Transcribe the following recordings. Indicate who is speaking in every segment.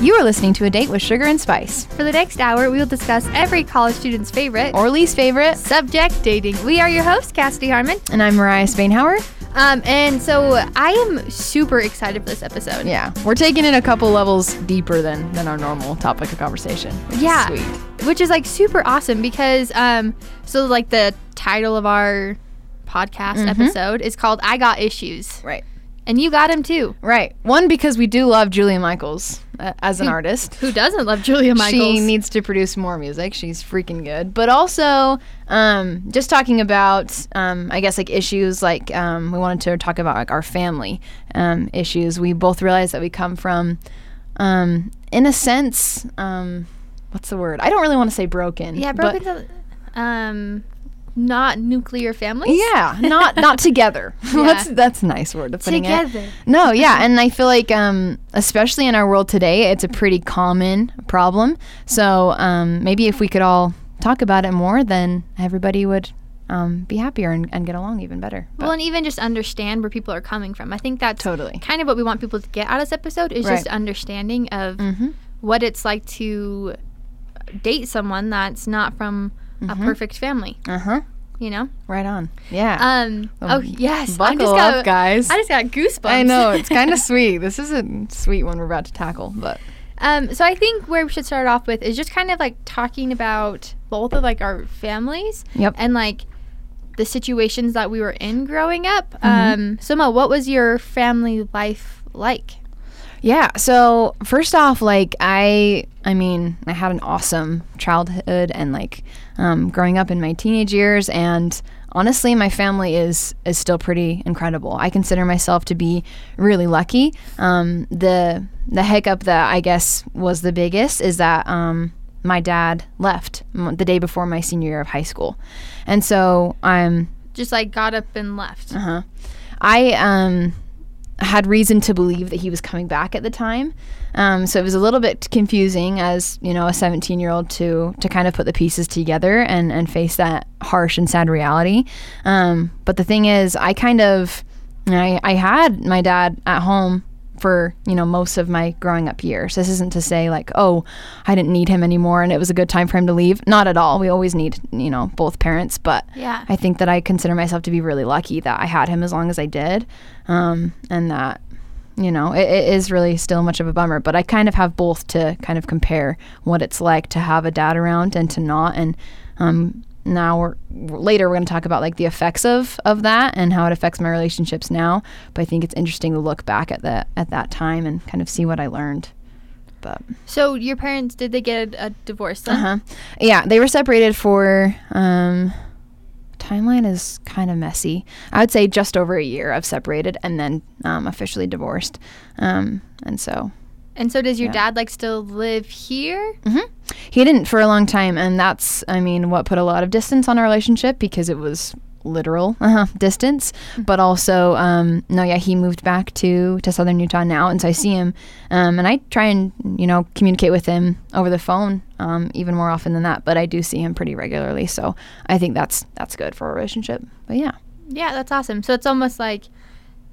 Speaker 1: You are listening to A Date with Sugar and Spice,
Speaker 2: For the next hour, we will discuss every college student's favorite
Speaker 1: or least favorite.
Speaker 2: subject dating. We are your hosts, Cassidy Harmon.
Speaker 1: And I'm Mariah Spainhauer.
Speaker 2: Um, and so I am super excited for this episode.
Speaker 1: Yeah, we're taking it a couple levels deeper than than our normal topic of conversation. which is
Speaker 2: Yeah.
Speaker 1: sweet.
Speaker 2: Which is like super awesome because um so like the title of our podcast
Speaker 1: Mm-hmm.
Speaker 2: episode is called I Got Issues.
Speaker 1: Right.
Speaker 2: And you got him too.
Speaker 1: Right. One because we do love Julia Michaels uh, as an artist.
Speaker 2: Who doesn't love Julia Michaels?
Speaker 1: She needs to produce more music. She's freaking good. But also, um, just talking about, um, I guess, like issues like um, we wanted to talk about like our family um, issues. We both realize that we come from, um, in a sense, um, what's the word? I don't really want to say broken.
Speaker 2: yeah,
Speaker 1: but-
Speaker 2: broken to, um not nuclear families.
Speaker 1: yeah, not not together.
Speaker 2: Yeah.
Speaker 1: that's that's a nice word to put it.
Speaker 2: Together.
Speaker 1: No, yeah, and I feel like um, especially in our world today, it's a pretty common problem. So um, maybe if we could all talk about it more, then everybody would um, be happier and, and get along even better. But
Speaker 2: Well, and e-, even just understand where people are coming from. I think that's
Speaker 1: Totally.
Speaker 2: kind of what we want people to get out of this episode is just
Speaker 1: Right. Mm-hmm.
Speaker 2: understanding of what it's like to date someone that's not from
Speaker 1: Mm-hmm.
Speaker 2: a perfect family.
Speaker 1: uh huh,
Speaker 2: You know.
Speaker 1: right on. Yeah,
Speaker 2: Um. oh yes.
Speaker 1: Ah. buckle up, guys.
Speaker 2: I just got goosebumps.
Speaker 1: I know it's kind of sweet. This is a sweet one we're about to tackle, but
Speaker 2: um. So I think where we should start off with is just kind of like talking about both of like our families.
Speaker 1: Yep.
Speaker 2: And like the situations that we were in growing up.
Speaker 1: Mm-hmm.
Speaker 2: Um. So Mo, what was your family life like?
Speaker 1: Yeah. So first off, like I, I mean, I had an awesome childhood and like um, growing up in my teenage years, and honestly, my family is is still pretty incredible. I consider myself to be really lucky. Um, the the hiccup that I guess was the biggest is that um, my dad left m- the day before my senior year of high school, and so I'm
Speaker 2: Just like got up and left.
Speaker 1: uh-huh. I um had reason to believe that he was coming back at the time. Um, so it was a little bit confusing as, you know, a 17 year old to, to kind of put the pieces together and, and face that harsh and sad reality. Um, but the thing is, I kind of, I, I had my dad at home for, you know, most of my growing up years. This isn't to say like, oh, I didn't need him anymore and it was a good time for him to leave. Not at all. We always need, you know, both parents, but
Speaker 2: Yeah.
Speaker 1: I think that I consider myself to be really lucky that I had him as long as I did. Um, and that, you know, it, it is really still much of a bummer, but I kind of have both to kind of compare what it's like to have a dad around and to not. And um, now we're later, we're going to talk about like the effects of, of that and how it affects my relationships now. But I think it's interesting to look back at that, at that time and kind of see what I learned. But
Speaker 2: So your parents did they get a divorce then?
Speaker 1: uh-huh. Yeah, they were separated for um timeline is kind of messy. I would say just over a year of separated and then um, officially divorced. Um and so
Speaker 2: And so does your
Speaker 1: Yeah. Mm.
Speaker 2: dad like still live here?
Speaker 1: Mm-hmm. he didn't for a long time and that's I mean what put a lot of distance on our relationship because it was literal uh distance but also um no yeah he moved back to to southern utah now and so i see him um and i try and you know communicate with him over the phone um even more often than that but i do see him pretty regularly so i think that's that's good for a relationship but yeah
Speaker 2: Yeah, that's awesome. So it's almost like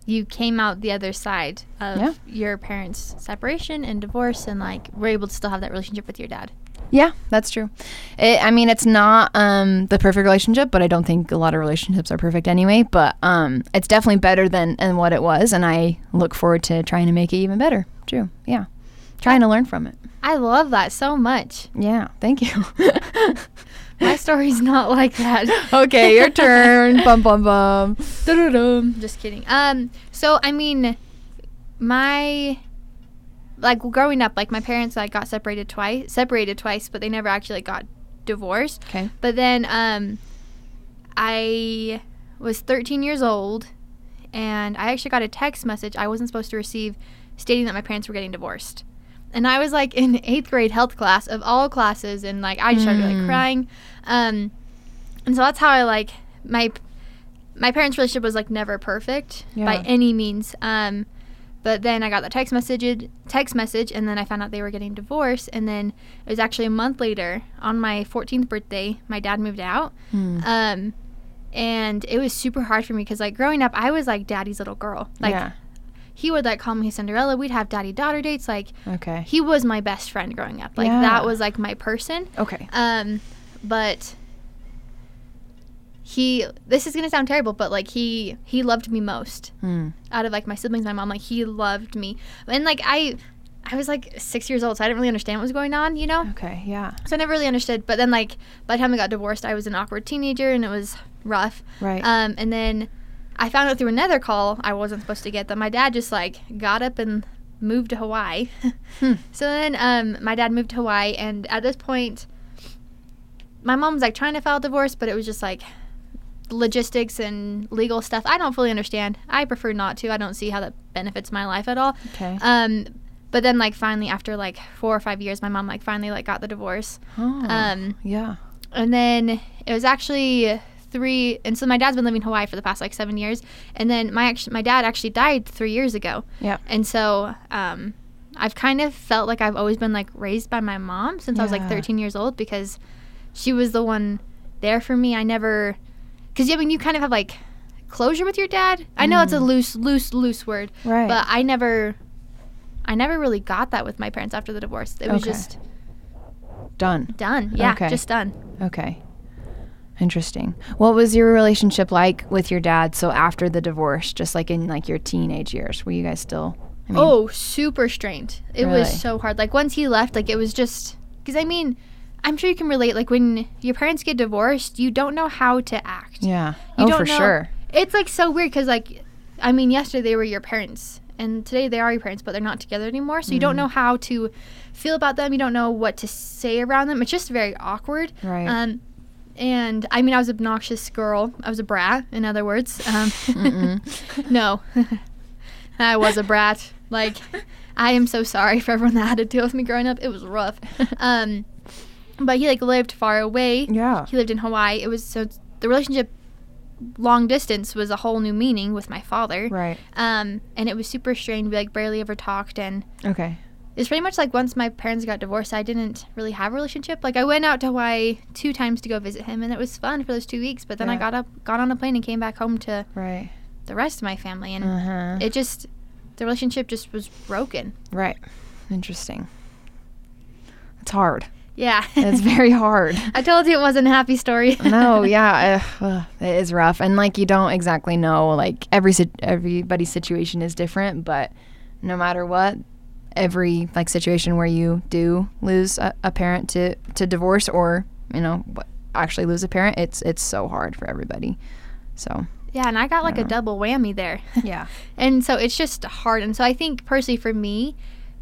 Speaker 2: you came out the other side of
Speaker 1: Yeah.
Speaker 2: your parents' separation and divorce and like were able to still have that relationship with your dad.
Speaker 1: Yeah, that's true. It, I mean, it's not um, the perfect relationship, but I don't think a lot of relationships are perfect anyway. But um, it's definitely better than, than what it was, and I look forward to trying to make it even better. True. Yeah. Trying to learn from it.
Speaker 2: I love that so much.
Speaker 1: Yeah. Thank you.
Speaker 2: My story's not like that.
Speaker 1: okay, your turn. bum, bum, bum.
Speaker 2: Dun-dun-dun. Um, Just kidding. Um, so I mean, my like growing up, like my parents like got separated twice, separated twice, but they never actually like, got divorced.
Speaker 1: Okay.
Speaker 2: But then um, I was 13 years old, and I actually got a text message I wasn't supposed to receive stating that my parents were getting divorced. And I was like in eighth grade health class of all classes, and like I just started like
Speaker 1: Mm.
Speaker 2: crying. Um, and so that's how I like my my parents' relationship was like never perfect by
Speaker 1: Yeah.
Speaker 2: any means. Um, but then I got the text message, text message, and then I found out they were getting divorced. And then it was actually a month later, on my 14th birthday, my dad moved out.
Speaker 1: Hmm.
Speaker 2: Um, and it was super hard for me because, like, growing up, I was like daddy's little girl. Like,
Speaker 1: yeah.
Speaker 2: He would like call me Cinderella. We'd have daddy daughter dates. Like
Speaker 1: Okay.
Speaker 2: he was my best friend growing up. Like
Speaker 1: Yeah.
Speaker 2: that was like my person.
Speaker 1: Okay.
Speaker 2: Um, but he this is gonna sound terrible, but like he he loved me most
Speaker 1: Mm.
Speaker 2: out of like my siblings, my mom, like he loved me. And like I I was like six years old, so I didn't really understand what was going on, you know?
Speaker 1: Okay. Yeah.
Speaker 2: Oh. So I never really understood. But then like by the time we got divorced, I was an awkward teenager and it was rough.
Speaker 1: Right.
Speaker 2: Um and then I found out through another call I wasn't supposed to get that my dad just like got up and moved to Hawaii.
Speaker 1: Hmm.
Speaker 2: So then um, my dad moved to Hawaii, and at this point, my mom was like trying to file divorce, but it was just like logistics and legal stuff. I don't fully understand. I prefer not to. I don't see how that benefits my life at all.
Speaker 1: Okay.
Speaker 2: Um, but then like finally after like four or five years, my mom like finally like got the divorce.
Speaker 1: Oh,
Speaker 2: um,
Speaker 1: yeah.
Speaker 2: And then it was actually three. And so my dad's been living in Hawaii for the past like seven years. And then my act- my dad actually died three years ago.
Speaker 1: Yeah.
Speaker 2: And so um, I've kind of felt like I've always been like raised by my mom since I was like
Speaker 1: Yeah.
Speaker 2: 13 years old because she was the one there for me. I never, because yeah, I mean, you kind of have like closure with your dad. I know it's a
Speaker 1: Mm.
Speaker 2: loose, loose, loose word,
Speaker 1: Right.
Speaker 2: but I never, I never really got that with my parents after the divorce. It was
Speaker 1: Okay.
Speaker 2: just
Speaker 1: Done.
Speaker 2: done. Yeah,
Speaker 1: Okay.
Speaker 2: just done.
Speaker 1: Okay. Interesting. What was your relationship like with your dad? So after the divorce, just like in like your teenage years, were you guys still? I mean,
Speaker 2: oh, super strained. It
Speaker 1: Really?
Speaker 2: was so hard. Like once he left, like it was just because I mean, I'm sure you can relate. Like when your parents get divorced, you don't know how to act.
Speaker 1: Yeah.
Speaker 2: You
Speaker 1: oh,
Speaker 2: don't
Speaker 1: for
Speaker 2: know-
Speaker 1: sure.
Speaker 2: It's like so weird because like, I mean, yesterday they were your parents, and today they are your parents, but they're not together anymore. So you
Speaker 1: Mm-hmm.
Speaker 2: don't know how to feel about them. You don't know what to say around them. It's just very awkward.
Speaker 1: Right.
Speaker 2: Um, and I mean, I was an obnoxious girl. I was a brat, in other words. Um,
Speaker 1: Mm-mm.
Speaker 2: no, I was a brat. Like, I am so sorry for everyone that had to deal with me growing up. It was rough. Um, but he like lived far away
Speaker 1: yeah.
Speaker 2: he lived in Hawaii. It was so the relationship long distance was a whole new meaning with my father.
Speaker 1: Right.
Speaker 2: Um, and it was super strange. We like barely ever talked, and
Speaker 1: Okay.
Speaker 2: it's pretty much like once my parents got divorced, I didn't really have a relationship. Like I went out to Hawaii two times to go visit him, and it was fun for those two weeks. But then I
Speaker 1: Yeah.
Speaker 2: got up, got on a plane, and came back home to
Speaker 1: Right.
Speaker 2: the rest of my family, and
Speaker 1: Uh huh.
Speaker 2: it just the relationship just was broken.
Speaker 1: Right. Interesting. It's hard.
Speaker 2: Yeah,
Speaker 1: It's very hard.
Speaker 2: I told you it wasn't a happy story.
Speaker 1: no, yeah, uh, uh, it is rough, and like you don't exactly know. Like every sit- everybody's situation is different, but no matter what, every like situation where you do lose a, a parent to to divorce or you know wh- actually lose a parent, it's it's so hard for everybody. So
Speaker 2: Yeah, and I got like a
Speaker 1: Yeah.
Speaker 2: double whammy there.
Speaker 1: yeah,
Speaker 2: And so it's just hard. And so I think personally for me,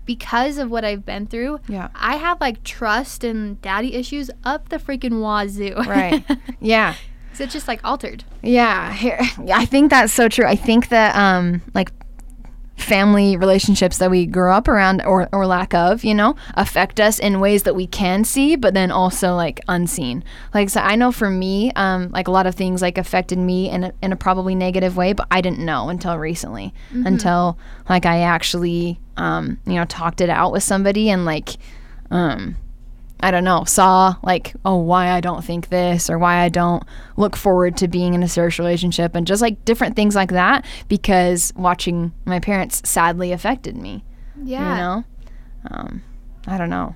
Speaker 2: because of what I've been through,
Speaker 1: yeah,
Speaker 2: I have like trust and daddy issues up the freaking wazoo.
Speaker 1: Right. yeah.
Speaker 2: so it's just like altered.
Speaker 1: Yeah, here- I think that's so true. I think that um, like family relationships that we grow up around or, or lack of, you know, affect us in ways that we can see, but then also like unseen. Like, so I know for me, um, like a lot of things like affected me in a, in a probably negative way, but I didn't know until recently, until like I actually, um, you know, talked it out with somebody and like, um, I don't know, saw like, oh, why I don't think this or why I don't look forward to being in a serious relationship and just like different things like that because watching my parents sadly affected me,
Speaker 2: Yeah.
Speaker 1: you know? Um, I don't know.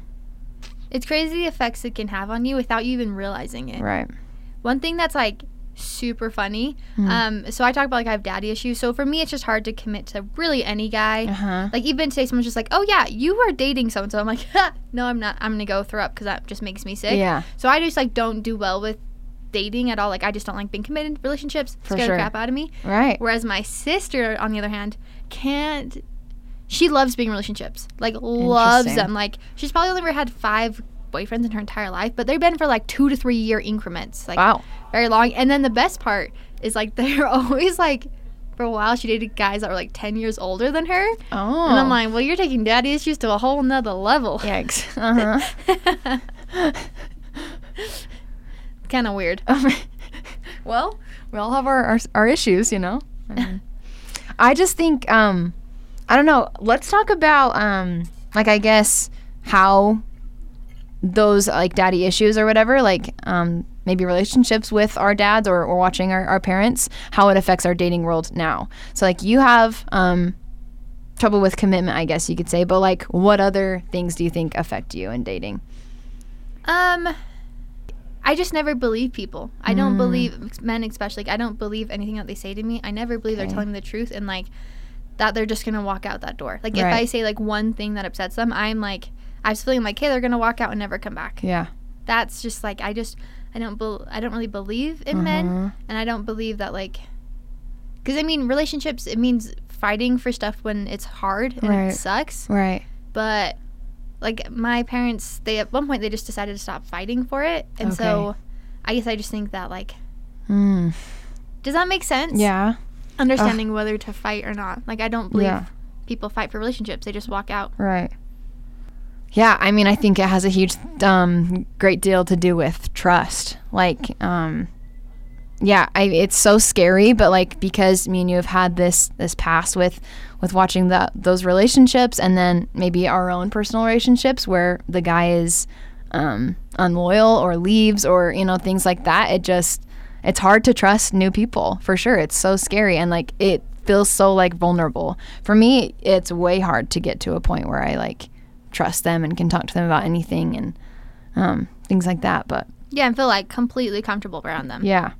Speaker 2: It's crazy the effects it can have on you without you even realizing it.
Speaker 1: Right.
Speaker 2: One thing that's like super funny.
Speaker 1: Hmm.
Speaker 2: Um, so I talk about like I have daddy issues. So for me, it's just hard to commit to really any guy.
Speaker 1: Uh huh.
Speaker 2: Like even today, someone's just like, "Oh yeah, you are dating so and so." I'm like, ha, "No, I'm not. I'm gonna go throw up because that just makes me sick."
Speaker 1: Yeah.
Speaker 2: So I just like don't do well with dating at all. Like I just don't like being committed in relationships.
Speaker 1: For
Speaker 2: Scare
Speaker 1: sure.
Speaker 2: the crap out of me.
Speaker 1: Right.
Speaker 2: Whereas my sister, on the other hand, can't. She loves being in relationships. Like loves
Speaker 1: Interesting.
Speaker 2: them. Like she's probably only ever had five boyfriends in her entire life, but they've been for like two to three year increments. Like
Speaker 1: Wow.
Speaker 2: very long. And then the best part is like they're always like. For a while, she dated guys that were like ten years older than her,
Speaker 1: Oh.
Speaker 2: and I'm like, "Well, you're taking daddy issues to a whole nother level."
Speaker 1: yikes. Uh-huh. Uh huh.
Speaker 2: kind of weird.
Speaker 1: Um, well, we all have our, our our issues, you know. I, mean, I just think um, I don't know. Let's talk about um, like I guess how those like daddy issues or whatever, like um, maybe relationships with our dads or, or watching our, our parents, how it affects our dating world now. So like you have um, trouble with commitment, I guess you could say. But like, what other things do you think affect you in dating?
Speaker 2: Um, I just never believe people. I don't
Speaker 1: Mm.
Speaker 2: believe men, especially. Like, I don't believe anything that they say to me. I never believe
Speaker 1: Okay.
Speaker 2: they're telling me the truth and like that they're just gonna walk out that door. Like if
Speaker 1: Right.
Speaker 2: I say like one thing that upsets them, I'm like, I was feeling like, hey, they're gonna walk out and never come back.
Speaker 1: Yeah.
Speaker 2: That's just like I just I don't bel I don't really believe in men,
Speaker 1: Mhm.
Speaker 2: and I don't believe that like, because I mean relationships it means fighting for stuff when it's hard and
Speaker 1: Right.
Speaker 2: it sucks,
Speaker 1: Right.
Speaker 2: but. Like my parents, they at one point they just decided to stop fighting for it, and so I guess I just think that like
Speaker 1: Mm.
Speaker 2: does that make sense?
Speaker 1: Yeah.
Speaker 2: Understanding whether to fight or not. Like I don't believe
Speaker 1: Yeah.
Speaker 2: people fight for relationships. They just walk out.
Speaker 1: Right. Yeah, I mean, I think it has a huge, um, great deal to do with trust. Like, um, yeah, I, it's so scary, but like because me and you have had this this past with with watching that those relationships, and then maybe our own personal relationships where the guy is um, unloyal or leaves or you know things like that. It just it's hard to trust new people for sure. It's so scary and like it feels so like vulnerable. For me, it's way hard to get to a point where I like trust them and can talk to them about anything and um, things like that. But
Speaker 2: Yeah, and feel like completely comfortable around them.
Speaker 1: yeah.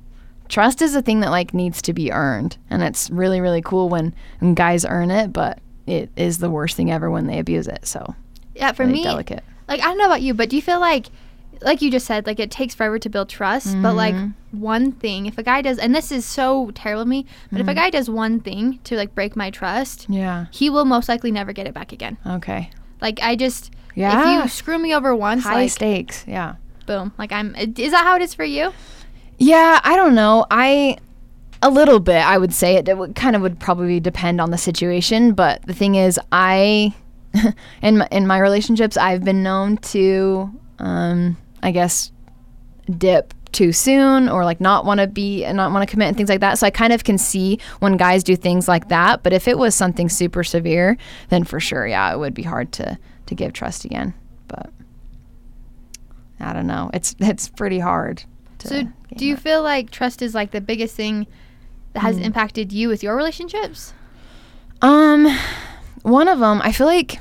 Speaker 1: Trust is a thing that like needs to be earned, and it's really really cool when, when guys earn it, but it is the worst thing ever when they abuse it. So
Speaker 2: Yeah, for
Speaker 1: really
Speaker 2: me,
Speaker 1: delicate.
Speaker 2: like I don't know about you, but do you feel like like you just said, like it takes forever to build trust, but like
Speaker 1: Mm-hmm.
Speaker 2: one thing, if a guy does and this is so terrible of me, but
Speaker 1: Mm-hmm.
Speaker 2: if a guy does one thing to like break my trust,
Speaker 1: Yeah.
Speaker 2: he will most likely never get it back again.
Speaker 1: Okay.
Speaker 2: Like I just
Speaker 1: Yeah.
Speaker 2: if you screw me over once,
Speaker 1: High
Speaker 2: like
Speaker 1: stakes. Yeah.
Speaker 2: boom, like I'm is that how it is for you?
Speaker 1: Yeah, I don't know. I a little bit, I would say it, it would, kind of would probably depend on the situation, but the thing is I in my, in my relationships I've been known to um I guess dip too soon or like not want to be and not want to commit and things like that. So I kind of can see when guys do things like that, but if it was something super severe, then for sure, yeah, it would be hard to to give trust again. But I don't know. It's it's pretty hard. To
Speaker 2: So,
Speaker 1: gain
Speaker 2: do you
Speaker 1: that.
Speaker 2: feel like trust is like the biggest thing that
Speaker 1: Mm.
Speaker 2: has impacted you with your relationships?
Speaker 1: Um, one of them, I feel like.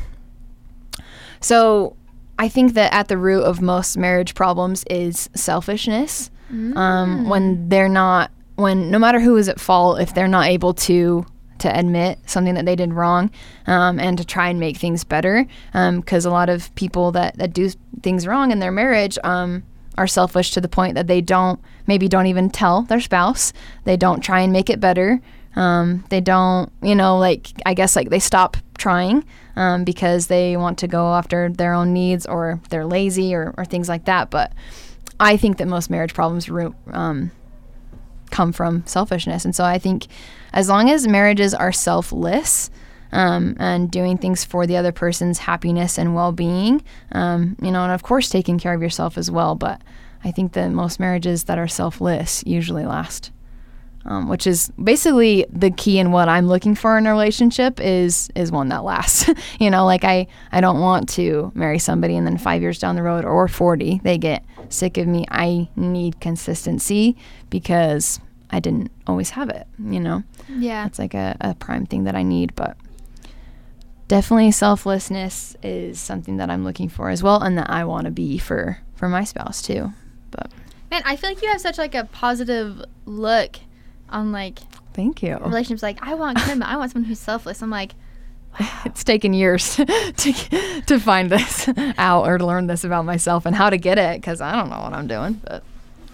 Speaker 1: So, I think that at the root of most marriage problems is selfishness. Um, when they're not, when no matter who is at fault, if they're not able to to admit something that they did wrong, um, and to try and make things better, because a lot of people that that do things wrong in their marriage, um, are selfish to the point that they don't maybe don't even tell their spouse. They don't try and make it better. Um, they don't, you know, like I guess like they stop trying um, because they want to go after their own needs or they're lazy or, or things like that. But I think that most marriage problems ru- um, come from selfishness, and so I think as long as marriages are selfless. Um, and doing things for the other person's happiness and well-being, um, you know, and of course taking care of yourself as well. But I think that most marriages that are selfless usually last um, which is basically the key in what I'm looking for in a relationship is is one that lasts. you know, like I I don't want to marry somebody and then five years down the road or 40 they get sick of me. I need consistency because I didn't always have it. You know,
Speaker 2: Yeah.
Speaker 1: that's like a, a prime thing that I need, but. Definitely selflessness is something that I'm looking for as well and that I want to be for for my spouse too. But
Speaker 2: Man, I feel like you have such like a positive look on like
Speaker 1: thank you.
Speaker 2: relationships. Like, I want commitment. I want someone who's selfless. I'm like,
Speaker 1: it's taken years to to find this out or to learn this about myself and how to get it because I don't know what I'm doing. But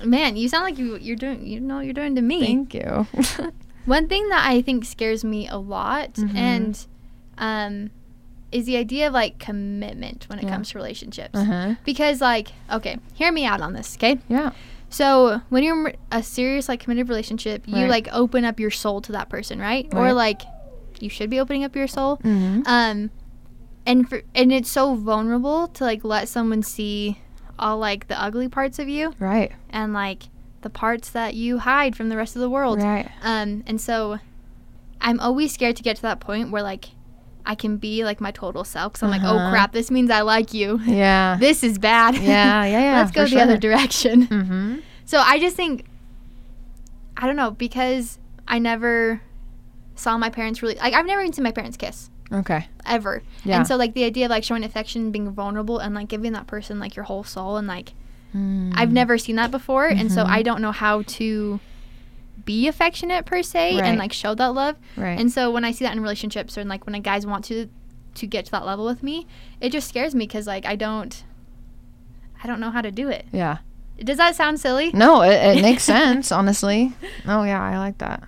Speaker 2: man, you sound like you you're doing you know what you're doing to me.
Speaker 1: thank you.
Speaker 2: One thing that I think scares me a lot
Speaker 1: Mhm.
Speaker 2: and um is the idea of like commitment when it
Speaker 1: Yeah.
Speaker 2: comes to relationships.
Speaker 1: uh-huh.
Speaker 2: Because like, okay, hear me out on this, okay?
Speaker 1: Yeah.
Speaker 2: So when you're in a serious like committed relationship, you
Speaker 1: Right.
Speaker 2: like open up your soul to that person, right?
Speaker 1: Right.
Speaker 2: Or like you should be opening up your soul.
Speaker 1: Mm-hmm.
Speaker 2: Um and for, and it's so vulnerable to like let someone see all like the ugly parts of you
Speaker 1: Right.
Speaker 2: and like the parts that you hide from the rest of the world.
Speaker 1: Right.
Speaker 2: Um and so I'm always scared to get to that point where like I can be like my total self cuz I'm like,
Speaker 1: Uh-huh.
Speaker 2: "Oh crap, this means I like you.
Speaker 1: Yeah.
Speaker 2: This is bad."
Speaker 1: Yeah, yeah, yeah,
Speaker 2: Let's go
Speaker 1: for
Speaker 2: the
Speaker 1: sure.
Speaker 2: other direction.
Speaker 1: mm-hmm.
Speaker 2: So I just think, I don't know, because I never saw my parents really, like, I've never even seen my parents kiss.
Speaker 1: Okay.
Speaker 2: ever.
Speaker 1: Yeah.
Speaker 2: And so like the idea of like showing affection, being vulnerable, and like giving that person like your whole soul, and like I've
Speaker 1: Mm. Hmm.
Speaker 2: never seen that before, and so
Speaker 1: Mhm.
Speaker 2: I don't know how to be affectionate per se,
Speaker 1: Right.
Speaker 2: and like show that love.
Speaker 1: Right.
Speaker 2: And so when I see that in relationships, or like when guys want to to get to that level with me, it just scares me because like I don't. I don't know how to do it.
Speaker 1: yeah.
Speaker 2: Does that sound silly?
Speaker 1: No, it, it makes sense, honestly. Oh yeah, I like that.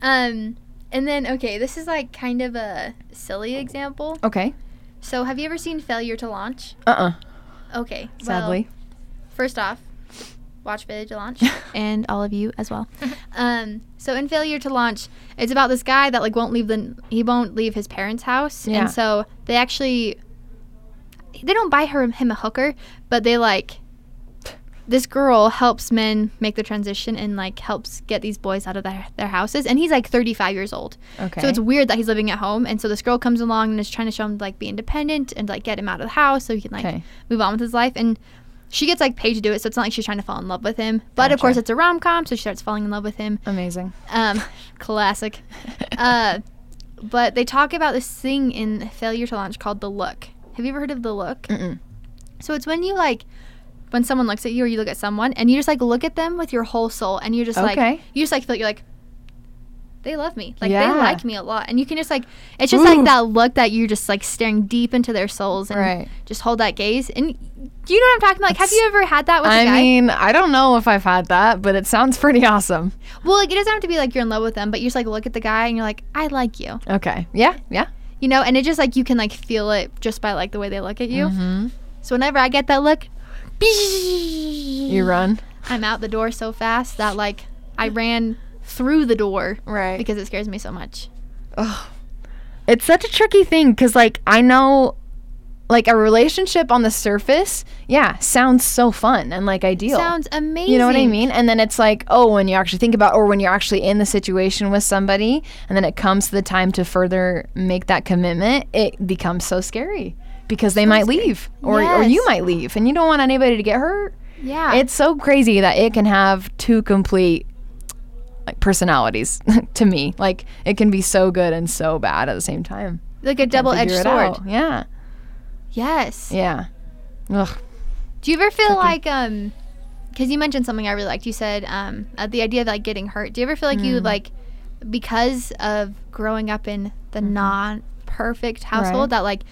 Speaker 2: Um, and then okay, this is like kind of a silly example.
Speaker 1: Okay.
Speaker 2: So have you ever seen Failure to Launch?
Speaker 1: Uh uh
Speaker 2: Okay. well,
Speaker 1: Sadly.
Speaker 2: First off, watch Failure to Launch, and all of you as well. um, so in Failure to Launch, it's about this guy that like won't leave the he won't leave his parents' house,
Speaker 1: Yeah.
Speaker 2: and so they actually they don't buy her him a hooker, but they like this girl helps men make the transition and like helps get these boys out of their, their houses and he's like 35 years old
Speaker 1: okay.
Speaker 2: so it's weird that he's living at home and so this girl comes along and is trying to show him to like be independent and like get him out of the house so he can like
Speaker 1: Okay.
Speaker 2: move on with his life and she gets like paid to do it so it's not like she's trying to fall in love with him but of course
Speaker 1: Gotcha.
Speaker 2: it's a rom-com so she starts falling in love with him
Speaker 1: amazing.
Speaker 2: um classic uh but they talk about this thing in failure to launch called the look have you ever heard of the look
Speaker 1: Mm-mm.
Speaker 2: so it's when you like when someone looks at you or you look at someone and you just like look at them with your whole soul and you just like
Speaker 1: Okay.
Speaker 2: you just like feel like you're like they love me. Like
Speaker 1: Yeah.
Speaker 2: they like me a lot. And you can just like it's just like
Speaker 1: Ooh.
Speaker 2: that look that you're just like staring deep into their souls and
Speaker 1: Right.
Speaker 2: just hold that gaze. And do you know what I'm talking about? Like have you ever had that with a
Speaker 1: I
Speaker 2: guy?
Speaker 1: mean, I don't know if I've had that, but it sounds pretty awesome.
Speaker 2: well, like it doesn't have to be like you're in love with them, but you just like look at the guy and you're like, I like you.
Speaker 1: Okay. Yeah. Yeah.
Speaker 2: You know, and it just like you can like feel it just by like the way they look at you.
Speaker 1: Mhm.
Speaker 2: So whenever I get that look,
Speaker 1: You run.
Speaker 2: I'm out the door so fast that like I ran through the door
Speaker 1: Right.
Speaker 2: because it scares me so much.
Speaker 1: Ugh. It's such a tricky thing because, like, I know, like, a relationship on the surface, yeah, sounds so fun and, like, ideal.
Speaker 2: Sounds amazing.
Speaker 1: you know what I mean? And then it's like, oh, when you actually think about, or when you're actually in the situation with somebody, and then it comes to the time to further make that commitment, it becomes so scary because they might leave, or, or you
Speaker 2: Yes.
Speaker 1: might leave, and you don't want anybody to get hurt.
Speaker 2: Yeah.
Speaker 1: It's so crazy that it can have two complete like personalities to me. Like it can be so good and so bad at the same time.
Speaker 2: like a double-edged
Speaker 1: Figure it
Speaker 2: sword.
Speaker 1: out. Yeah.
Speaker 2: Yes.
Speaker 1: Yeah. Ugh.
Speaker 2: Do you ever feel like um cuz you mentioned something I really liked. You said um uh, the idea of like getting hurt. Do you ever feel like
Speaker 1: Hmm.
Speaker 2: you like because of growing up in the non-perfect household
Speaker 1: Mm-hmm. Right.
Speaker 2: that like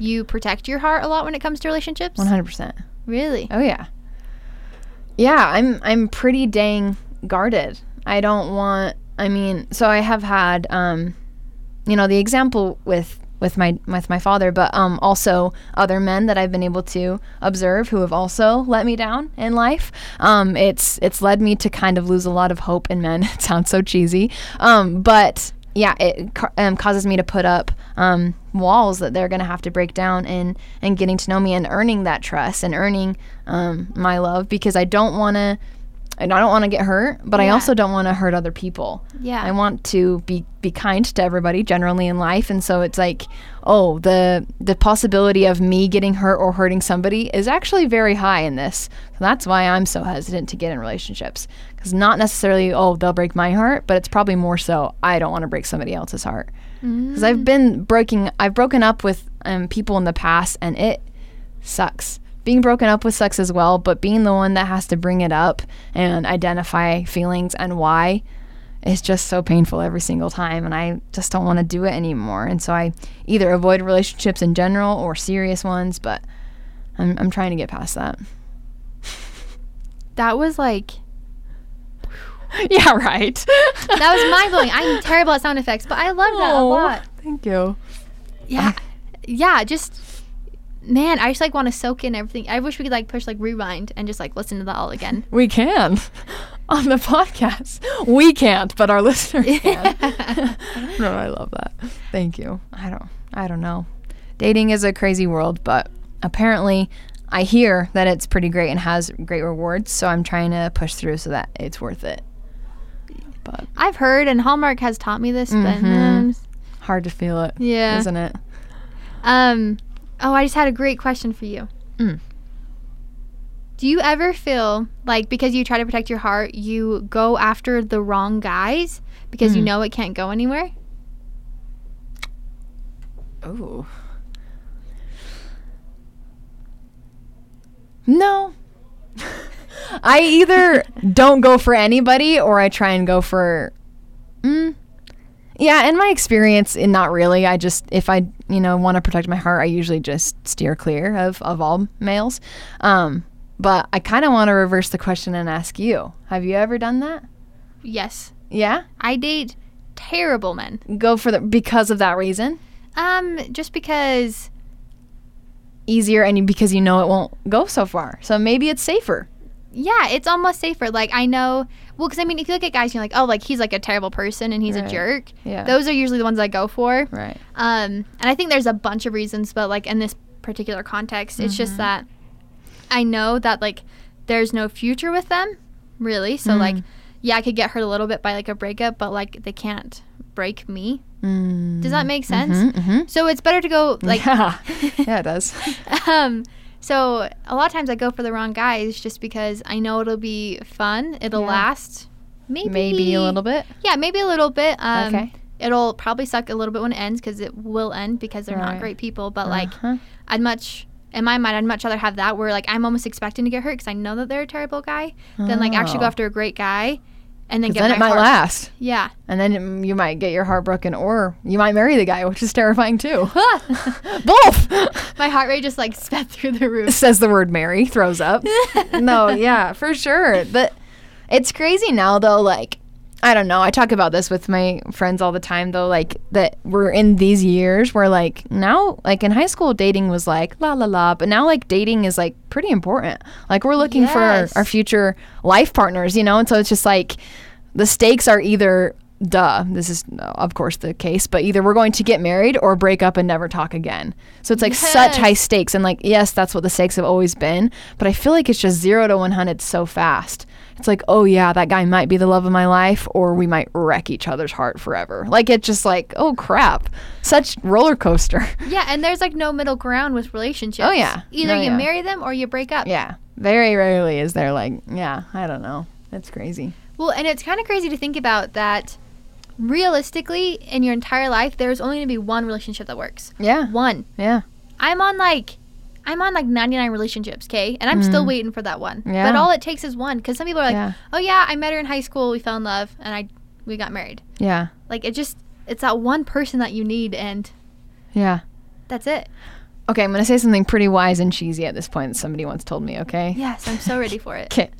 Speaker 2: you protect your heart a lot when it comes to relationships?
Speaker 1: One hundred percent.
Speaker 2: Really?
Speaker 1: Oh yeah. Yeah, I'm I'm pretty dang guarded. I don't want I mean, so I have had um you know, the example with with my with my father, but um also other men that I've been able to observe who have also let me down in life. Um it's it's led me to kind of lose a lot of hope in men. It sounds so cheesy. Um but yeah, it ca- um, causes me to put up um, walls that they're going to have to break down and and getting to know me and earning that trust and earning um, my love because I don't want to and I don't want to get hurt, but I
Speaker 2: Yeah.
Speaker 1: also don't want to hurt other people.
Speaker 2: Yeah.
Speaker 1: I want to be be kind to everybody generally in life, and so it's like, oh, the the possibility of me getting hurt or hurting somebody is actually very high in this. So that's why I'm so hesitant to get in relationships because not necessarily oh they'll break my heart, but it's probably more so I don't want to break somebody else's heart because I've been breaking I've broken up with um, people in the past, and it sucks. Being broken up with sucks as well, but being the one that has to bring it up and identify feelings and why is just so painful every single time. And I just don't want to do it anymore. And so I either avoid relationships in general or serious ones, but I'm, I'm trying to get past that.
Speaker 2: That was like
Speaker 1: yeah, right.
Speaker 2: that was mind blowing. I'm terrible at sound effects, but I love that a lot.
Speaker 1: Oh, Thank you. Uh-huh.
Speaker 2: Yeah, yeah. Just man, I just like want to soak in everything. I wish we could like push like rewind and just like listen to that all again.
Speaker 1: We can on the podcast. We can't, but our listeners can. no, I love that. Thank you. I don't I don't know. Dating is a crazy world, but apparently I hear that it's pretty great and has great rewards, so I'm trying to push through so that it's worth it. But
Speaker 2: I've heard, and Hallmark has taught me this. But
Speaker 1: Mm-hmm.
Speaker 2: um,
Speaker 1: hard to feel it,
Speaker 2: yeah.
Speaker 1: not it?
Speaker 2: Um. Oh, I just had a great question for you.
Speaker 1: Mm.
Speaker 2: Do you ever feel like because you try to protect your heart, you go
Speaker 1: Hmm.
Speaker 2: after the wrong guys because you know it can't go anywhere?
Speaker 1: Oh. No. I either don't go for anybody or I try and go for. Mm, yeah, in my experience, in not really. I just if I you know want to protect my heart, I usually just steer clear of of all males. Um, but I kind of want to reverse the question and ask you: Have you ever done that?
Speaker 2: Yes,
Speaker 1: Yeah,
Speaker 2: I date terrible men.
Speaker 1: go for the because of that reason
Speaker 2: Um, just because
Speaker 1: easier and because you know it won't go so far. So maybe it's safer.
Speaker 2: yeah, it's almost safer. Like I know, well, because I mean, if you look at guys, you're like, oh, like he's like a terrible person and he's
Speaker 1: Right.
Speaker 2: a jerk.
Speaker 1: Yeah.
Speaker 2: Those are usually the ones I go for.
Speaker 1: right.
Speaker 2: Um, and I think there's a bunch of reasons, but like in this particular context, it's just
Speaker 1: Mm-hmm.
Speaker 2: that I know that like there's no future with them, really. So like,
Speaker 1: Mm.
Speaker 2: yeah, I could get hurt a little bit by like a breakup, but like they can't break me.
Speaker 1: Mm.
Speaker 2: Does that make sense?
Speaker 1: hmm
Speaker 2: So it's better to go like,
Speaker 1: yeah. yeah, it does.
Speaker 2: um, so a lot of times I go for the wrong guys just because I know it'll be fun. It'll
Speaker 1: Yeah.
Speaker 2: last. Maybe,
Speaker 1: Maybe a little bit.
Speaker 2: Yeah, maybe a little bit. Um,
Speaker 1: Okay.
Speaker 2: It'll probably suck a little bit when it ends because it will end because they're
Speaker 1: Right.
Speaker 2: not great people. But like,
Speaker 1: Uh-huh.
Speaker 2: I'd much in my mind, I'd much rather have that where like I'm almost expecting to get hurt because I know that they're a terrible guy than like actually
Speaker 1: Oh.
Speaker 2: go after a great guy and then
Speaker 1: 'Cause
Speaker 2: get
Speaker 1: then
Speaker 2: my
Speaker 1: it might
Speaker 2: heart.
Speaker 1: last,
Speaker 2: Yeah,
Speaker 1: and then mm, you might get your heart broken, or you might marry the guy, which is terrifying too. Both
Speaker 2: my heart rate just like sped through the roof.
Speaker 1: says the word "marry," throws up. no, yeah, for sure. But it's crazy now, though. Like, I don't know. I talk about this with my friends all the time, though. Like, that we're in these years where, like, now, like in high school, dating was like la la la, but now, like, dating is like pretty important. Like, we're looking for our,
Speaker 2: Yes.
Speaker 1: our future life partners, you know? And so it's just like the stakes are either. Duh, this is uh, of course the case, but either we're going to get married or break up and never talk again. So it's like such
Speaker 2: Yes.
Speaker 1: high stakes and like yes that's what the stakes have always been but i feel like it's just zero to 100 so fast it's like oh yeah that guy might be the love of my life or we might wreck each other's heart forever like it's just like oh crap such roller coaster
Speaker 2: Yeah, and there's like no middle ground with relationships.
Speaker 1: Oh, yeah.
Speaker 2: either
Speaker 1: No,
Speaker 2: you
Speaker 1: yeah.
Speaker 2: marry them or you break up.
Speaker 1: yeah very rarely is there like yeah i don't know that's crazy
Speaker 2: Well, and it's kind of crazy to think about that. Realistically, in your entire life, there's only going to be one relationship that works.
Speaker 1: yeah
Speaker 2: One.
Speaker 1: yeah
Speaker 2: I'm on like I'm on like 99 relationships, okay? And I'm still waiting for that one.
Speaker 1: Mm. Yeah.
Speaker 2: But all it takes is one cuz some people are like,
Speaker 1: Yeah.
Speaker 2: "Oh yeah, I met her in high school, we fell in love, and I we got married."
Speaker 1: yeah
Speaker 2: Like it just it's that one person that you need and
Speaker 1: yeah
Speaker 2: that's it.
Speaker 1: okay i'm gonna say something pretty wise and cheesy at this point that somebody once told me okay
Speaker 2: Yes, I'm so ready for it.
Speaker 1: Okay.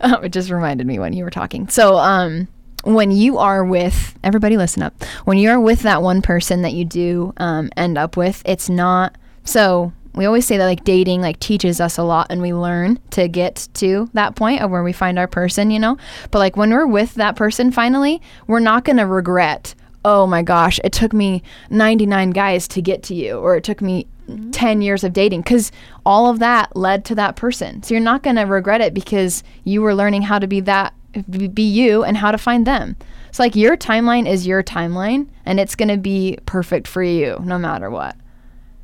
Speaker 1: Um, it just reminded me when you were talking. So, um, when you are with everybody, listen up. When you are with that one person that you do um, end up with, it's not so. We always say that like dating like teaches us a lot and we learn to get to that point of where we find our person, you know? But like when we're with that person finally, we're not going to regret, oh my gosh, it took me 99 guys to get to you or it took me 10 years of dating because all of that led to that person. So you're not going to regret it because you were learning how to be that, be be you and how to find them. So, like, your timeline is your timeline and it's going to be perfect for you no matter what.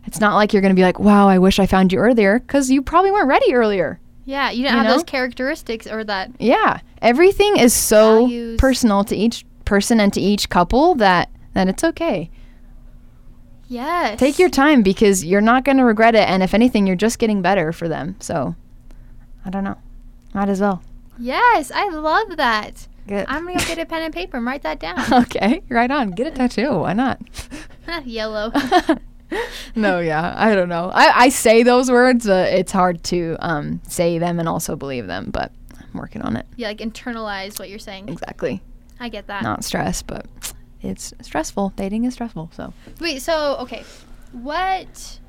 Speaker 1: It's not like you're going to be like, wow, I wish I found you earlier because you probably weren't ready earlier.
Speaker 2: Yeah, you didn't
Speaker 1: You
Speaker 2: have
Speaker 1: know?
Speaker 2: those characteristics or that
Speaker 1: Yeah. Everything is so
Speaker 2: Values.
Speaker 1: personal to each person and to each couple that, that it's okay.
Speaker 2: Yes.
Speaker 1: Take your time because you're not going to regret it. And if anything, you're just getting better for them. So I don't know. Might as well.
Speaker 2: Yes, I love that.
Speaker 1: Good.
Speaker 2: I'm going to go get a pen and paper and write that down.
Speaker 1: okay. Right on. Get a tattoo. Why not?
Speaker 2: Yellow.
Speaker 1: no, yeah. I don't know. I, I say those words. Uh, it's hard to um, say them and also believe them, but I'm working on it.
Speaker 2: Yeah, like internalize what you're saying.
Speaker 1: Exactly.
Speaker 2: I get that.
Speaker 1: Not stress, but it's stressful. Dating is stressful. So.
Speaker 2: Wait, so okay, what?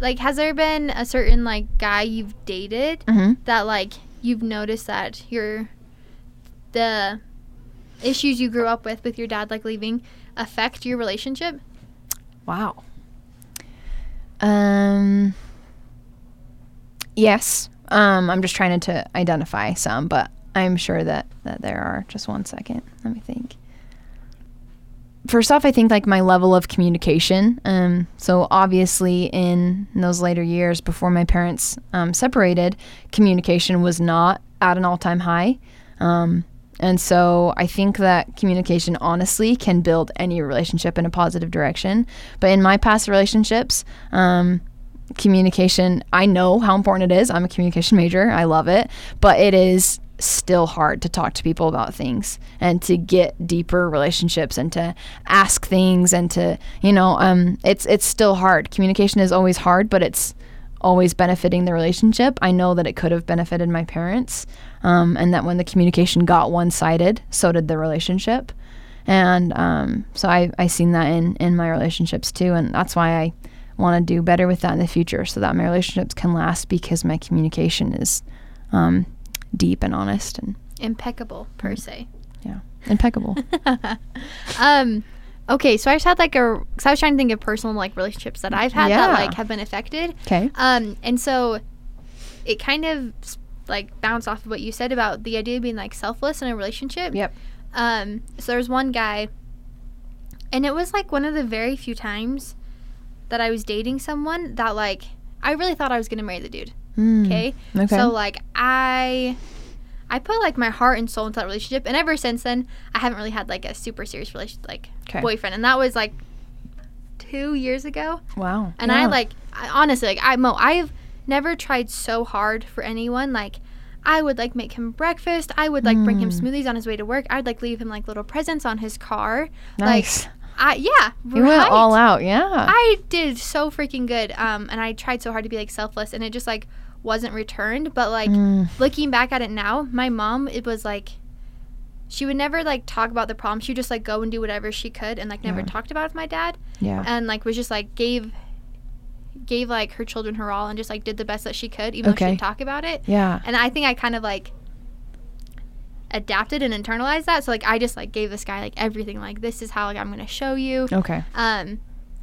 Speaker 2: Like, has there been a certain like guy you've dated
Speaker 1: Mm-hmm.
Speaker 2: that like you've noticed that your the issues you grew up with with your dad like leaving affect your relationship?
Speaker 1: Wow. Um. Yes. Um. I'm just trying to identify some, but I'm sure that that there are. Just one second. Let me think. First off, I think like my level of communication. Um, so obviously, in those later years before my parents um, separated, communication was not at an all-time high. Um, And so I think that communication honestly can build any relationship in a positive direction. But in my past relationships, um, communication, I know how important it is. I'm a communication major, I love it. But it is still hard to talk to people about things and to get deeper relationships and to ask things and to, you know, um, it's, it's still hard. Communication is always hard, but it's always benefiting the relationship. I know that it could have benefited my parents, um, and that when the communication got one sided, so did the relationship. And um, so I I seen that in in my relationships too, and that's why I want to do better with that in the future, so that my relationships can last because my communication is um, deep and honest and
Speaker 2: Impeccable per
Speaker 1: Mm-hmm.
Speaker 2: se.
Speaker 1: yeah impeccable.
Speaker 2: um okay so i just had like a because i was trying to think of personal like relationships that i've had that
Speaker 1: Yeah.
Speaker 2: like have been affected
Speaker 1: Okay.
Speaker 2: um and so it kind of s- like bounced off of what you said about the idea of being like selfless in a relationship
Speaker 1: Yep.
Speaker 2: um so there was one guy and it was like one of the very few times that i was dating someone that like i really thought i was gonna marry the dude
Speaker 1: Mm.
Speaker 2: okay
Speaker 1: Okay.
Speaker 2: so like i i put like my heart and soul into that relationship and ever since then i haven't really had like a super serious relationship like
Speaker 1: 'Kay.
Speaker 2: boyfriend and that was like two years ago
Speaker 1: Wow.
Speaker 2: and i
Speaker 1: Yeah.
Speaker 2: like I, honestly like i mo i've never tried so hard for anyone like i would like make him breakfast i would like bring him
Speaker 1: Mm.
Speaker 2: smoothies on his way to work i'd like leave him like little presents on his car
Speaker 1: nice.
Speaker 2: like i yeah
Speaker 1: you went
Speaker 2: right.
Speaker 1: all out. Yeah.
Speaker 2: I did so freaking good. Um, and I tried so hard to be like selfless, and it just like wasn't returned. But like
Speaker 1: Mm.
Speaker 2: looking back at it now, my mom, it was like she would never like talk about the problem. She would just like go and do whatever she could, and like never
Speaker 1: Yeah.
Speaker 2: talked about it with my dad,
Speaker 1: yeah.
Speaker 2: and like was just like gave gave like her children her all, and just like did the best that she could, even though she
Speaker 1: Okay.
Speaker 2: didn't talk about it.
Speaker 1: yeah.
Speaker 2: And I think I kind of like adapted and internalized that. So like I just like gave this guy like everything. Like this is how like I'm gonna show you.
Speaker 1: Okay.
Speaker 2: Um,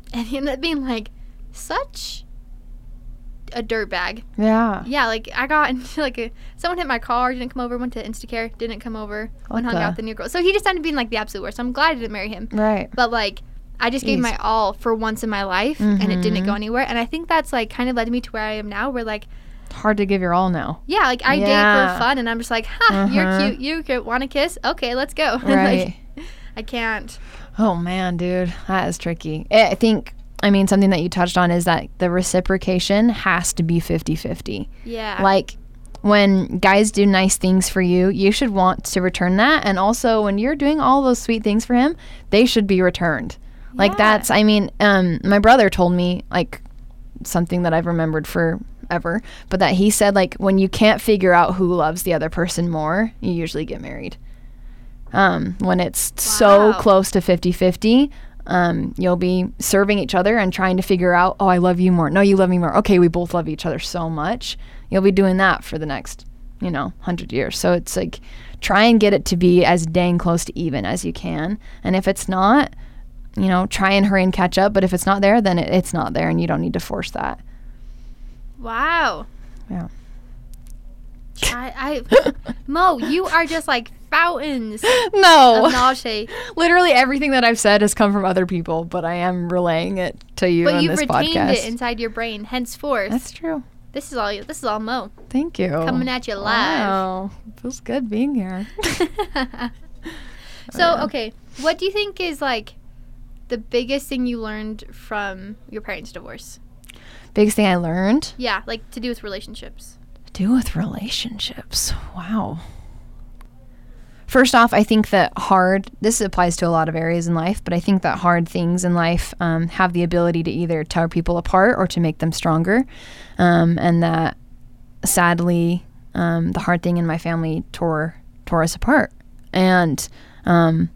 Speaker 2: and he ended up being like such a dirtbag.
Speaker 1: Yeah.
Speaker 2: Yeah, like I got into like a someone hit my car, didn't come over, went to Instacare, didn't come over,
Speaker 1: What
Speaker 2: went hung
Speaker 1: the-
Speaker 2: out with the new girl. So he just ended up being like the absolute worst. I'm glad I didn't marry him,
Speaker 1: Right.
Speaker 2: but like I just gave
Speaker 1: Jeez.
Speaker 2: my all for once in my life, and it didn't
Speaker 1: Mhm.
Speaker 2: go anywhere. And I think that's like kind of led me to where I am now, where like
Speaker 1: Hard to give your all now.
Speaker 2: yeah, like I date
Speaker 1: Yeah.
Speaker 2: for fun, and I'm just like, ha,
Speaker 1: Uh-huh.
Speaker 2: you're cute, you cute, want to kiss? Okay, let's go. Like,
Speaker 1: Right.
Speaker 2: I can't.
Speaker 1: Oh man, dude, that is tricky. Eh, I I think I mean something that you touched on is that the reciprocation has to be 50-50.
Speaker 2: Yeah.
Speaker 1: Like when guys do nice things for you, you should want to return that and also when you're doing all those sweet things for him, they should be returned. Like
Speaker 2: Yeah.
Speaker 1: that's I mean, um my brother told me like something that I've remembered forever, but that he said like when you can't figure out who loves the other person more, you usually get married. Um, when it's so
Speaker 2: Wow.
Speaker 1: close to 50-50, um, you'll be serving each other and trying to figure out, oh, I love you more. No, you love me more. Okay, we both love each other so much. You'll be doing that for the next, you know, 100 years. So it's like try and get it to be as dang close to even as you can. And if it's not, you know, try and hurry and catch up. But if it's not there, then it, it's not there, and you don't need to force that.
Speaker 2: wow.
Speaker 1: Yeah.
Speaker 2: I, I Mo, you are just like fountains of
Speaker 1: no.
Speaker 2: knowledge.
Speaker 1: Literally everything that I've said has come from other people, but I am relaying it to you
Speaker 2: But
Speaker 1: on
Speaker 2: you've
Speaker 1: this
Speaker 2: retained
Speaker 1: podcast.
Speaker 2: it inside your brain. Henceforth,
Speaker 1: That's true.
Speaker 2: this is all you. This is all Mo
Speaker 1: Thank you.
Speaker 2: coming at you live.
Speaker 1: Wow. Feels good being here.
Speaker 2: so okay, what do you think is like the biggest thing you learned from your parents' divorce?
Speaker 1: Biggest thing I learned
Speaker 2: Yeah, like to do with relationships.
Speaker 1: do with relationships. Wow. First off, I think that hard, this applies to a lot of areas in life, but I think that hard things in life um, have the ability to either tear people apart or to make them stronger. Um, and that sadly, um, the hard thing in my family tore, tore us apart. And um,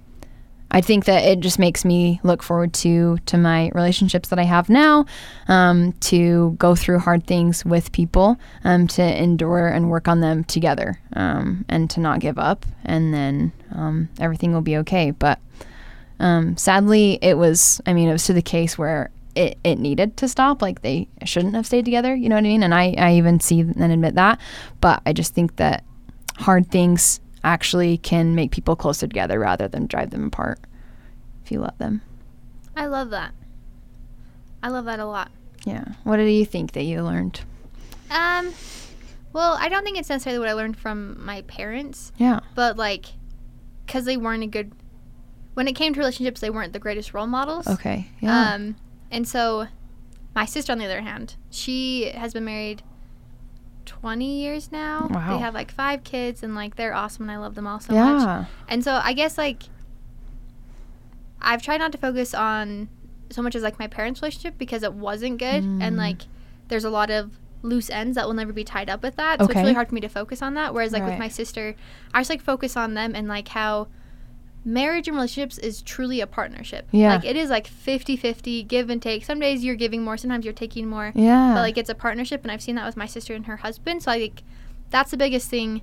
Speaker 1: I think that it just makes me look forward to to my relationships that I have now, um, to go through hard things with people, um, to endure and work on them together, um, and to not give up, and then um, everything will be okay. But um, sadly, it was. I mean, it was to the case where it, it needed to stop. Like they shouldn't have stayed together. You know what I mean? And I I even see and admit that. But I just think that hard things actually can make people closer together rather than drive them apart if you let them.
Speaker 2: I love that. I love that a lot.
Speaker 1: Yeah. What do you think that you learned?
Speaker 2: Um, well, I don't think it's necessarily what I learned from my parents.
Speaker 1: Yeah.
Speaker 2: but like because they weren't a good. When it came to relationships, they weren't the greatest role models.
Speaker 1: Okay. Yeah.
Speaker 2: Um, and so, my sister, on the other hand, she has been married twenty years now.
Speaker 1: Wow.
Speaker 2: They have like five kids, and like they're awesome, and I love them all so much.
Speaker 1: yeah.
Speaker 2: And so I guess like I've tried not to focus on so much as like my parents' relationship because it wasn't good
Speaker 1: Mm.
Speaker 2: and like there's a lot of loose ends that will never be tied up with that. So it's
Speaker 1: Okay.
Speaker 2: really hard for me to focus on that. Whereas like
Speaker 1: Right.
Speaker 2: with my sister, I just like focus on them and like how marriage and relationships is truly a partnership.
Speaker 1: Yeah.
Speaker 2: Like it is like 50-50 give and take. Some days you're giving more, sometimes you're taking more.
Speaker 1: Yeah.
Speaker 2: But like it's a partnership and I've seen that with my sister and her husband. So I like that's the biggest thing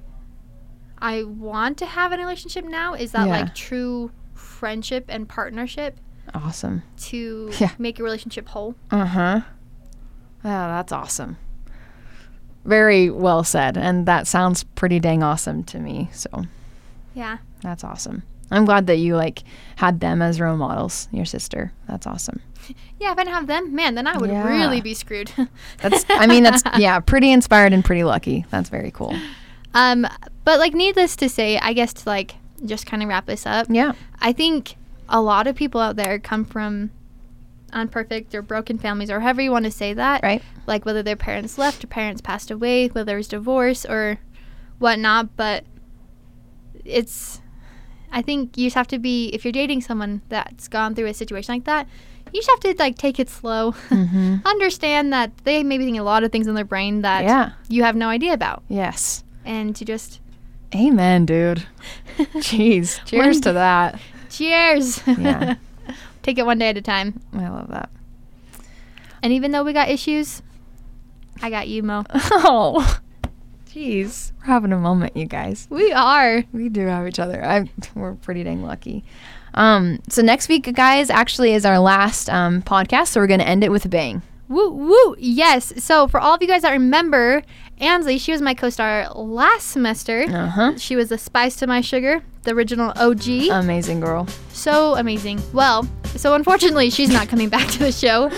Speaker 2: I want to have in a relationship now is that
Speaker 1: Yeah.
Speaker 2: like true friendship and partnership
Speaker 1: awesome.
Speaker 2: to
Speaker 1: Yeah.
Speaker 2: make a relationship whole.
Speaker 1: Uh huh. Yeah, that's awesome. Very well said, and that sounds pretty dang awesome to me. So
Speaker 2: Yeah.
Speaker 1: that's awesome. I'm glad that you like had them as role models. Your sister. That's awesome.
Speaker 2: Yeah, if I didn't have them, man, then I would
Speaker 1: Yeah.
Speaker 2: really be screwed.
Speaker 1: That's. I mean, that's yeah. Pretty inspired and pretty lucky. That's very cool.
Speaker 2: um but like needless to say, I guess to like just kind of wrap this up.
Speaker 1: Yeah.
Speaker 2: I think a lot of people out there come from unperfect or broken families or however you want to say that.
Speaker 1: Right.
Speaker 2: Like whether their parents left or parents passed away, whether there's divorce or whatnot, but it's I think you just have to be if you're dating someone that's gone through a situation like that, you just have to like take it slow.
Speaker 1: Mhm.
Speaker 2: Understand that they may be thinking a lot of things in their brain that
Speaker 1: Yeah.
Speaker 2: you have no idea about.
Speaker 1: Yes.
Speaker 2: And to just
Speaker 1: Amen, dude. Jeez. Cheers
Speaker 2: One-
Speaker 1: to that.
Speaker 2: Cheers.
Speaker 1: Yeah.
Speaker 2: take it one day at a time.
Speaker 1: I love that.
Speaker 2: And even though we got issues, I got you, Mo.
Speaker 1: Oh. Jeez. We're having a moment, you guys.
Speaker 2: We are.
Speaker 1: We do have each other. I, we're pretty dang lucky. Um, so next week, guys, actually is our last um, podcast, so we're going to end it with a bang.
Speaker 2: Woo, woo. Yes. So, for all of you guys that remember, Ansley, she was my co star last semester.
Speaker 1: Uh huh.
Speaker 2: She was the spice to my sugar, the original OG.
Speaker 1: Amazing girl.
Speaker 2: so amazing. Well, so unfortunately, she's not coming back to the show,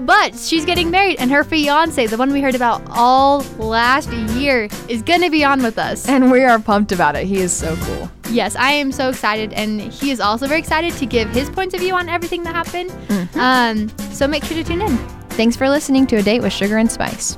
Speaker 2: but she's getting married, and her fiance, the one we heard about all last year, is going to be on with us.
Speaker 1: And we are pumped about it. He is so cool.
Speaker 2: Yes, I am so excited, and he is also very excited to give his points of view on everything that happened. Um, so make sure to tune in.
Speaker 1: Thanks for listening to A Date with Sugar and Spice.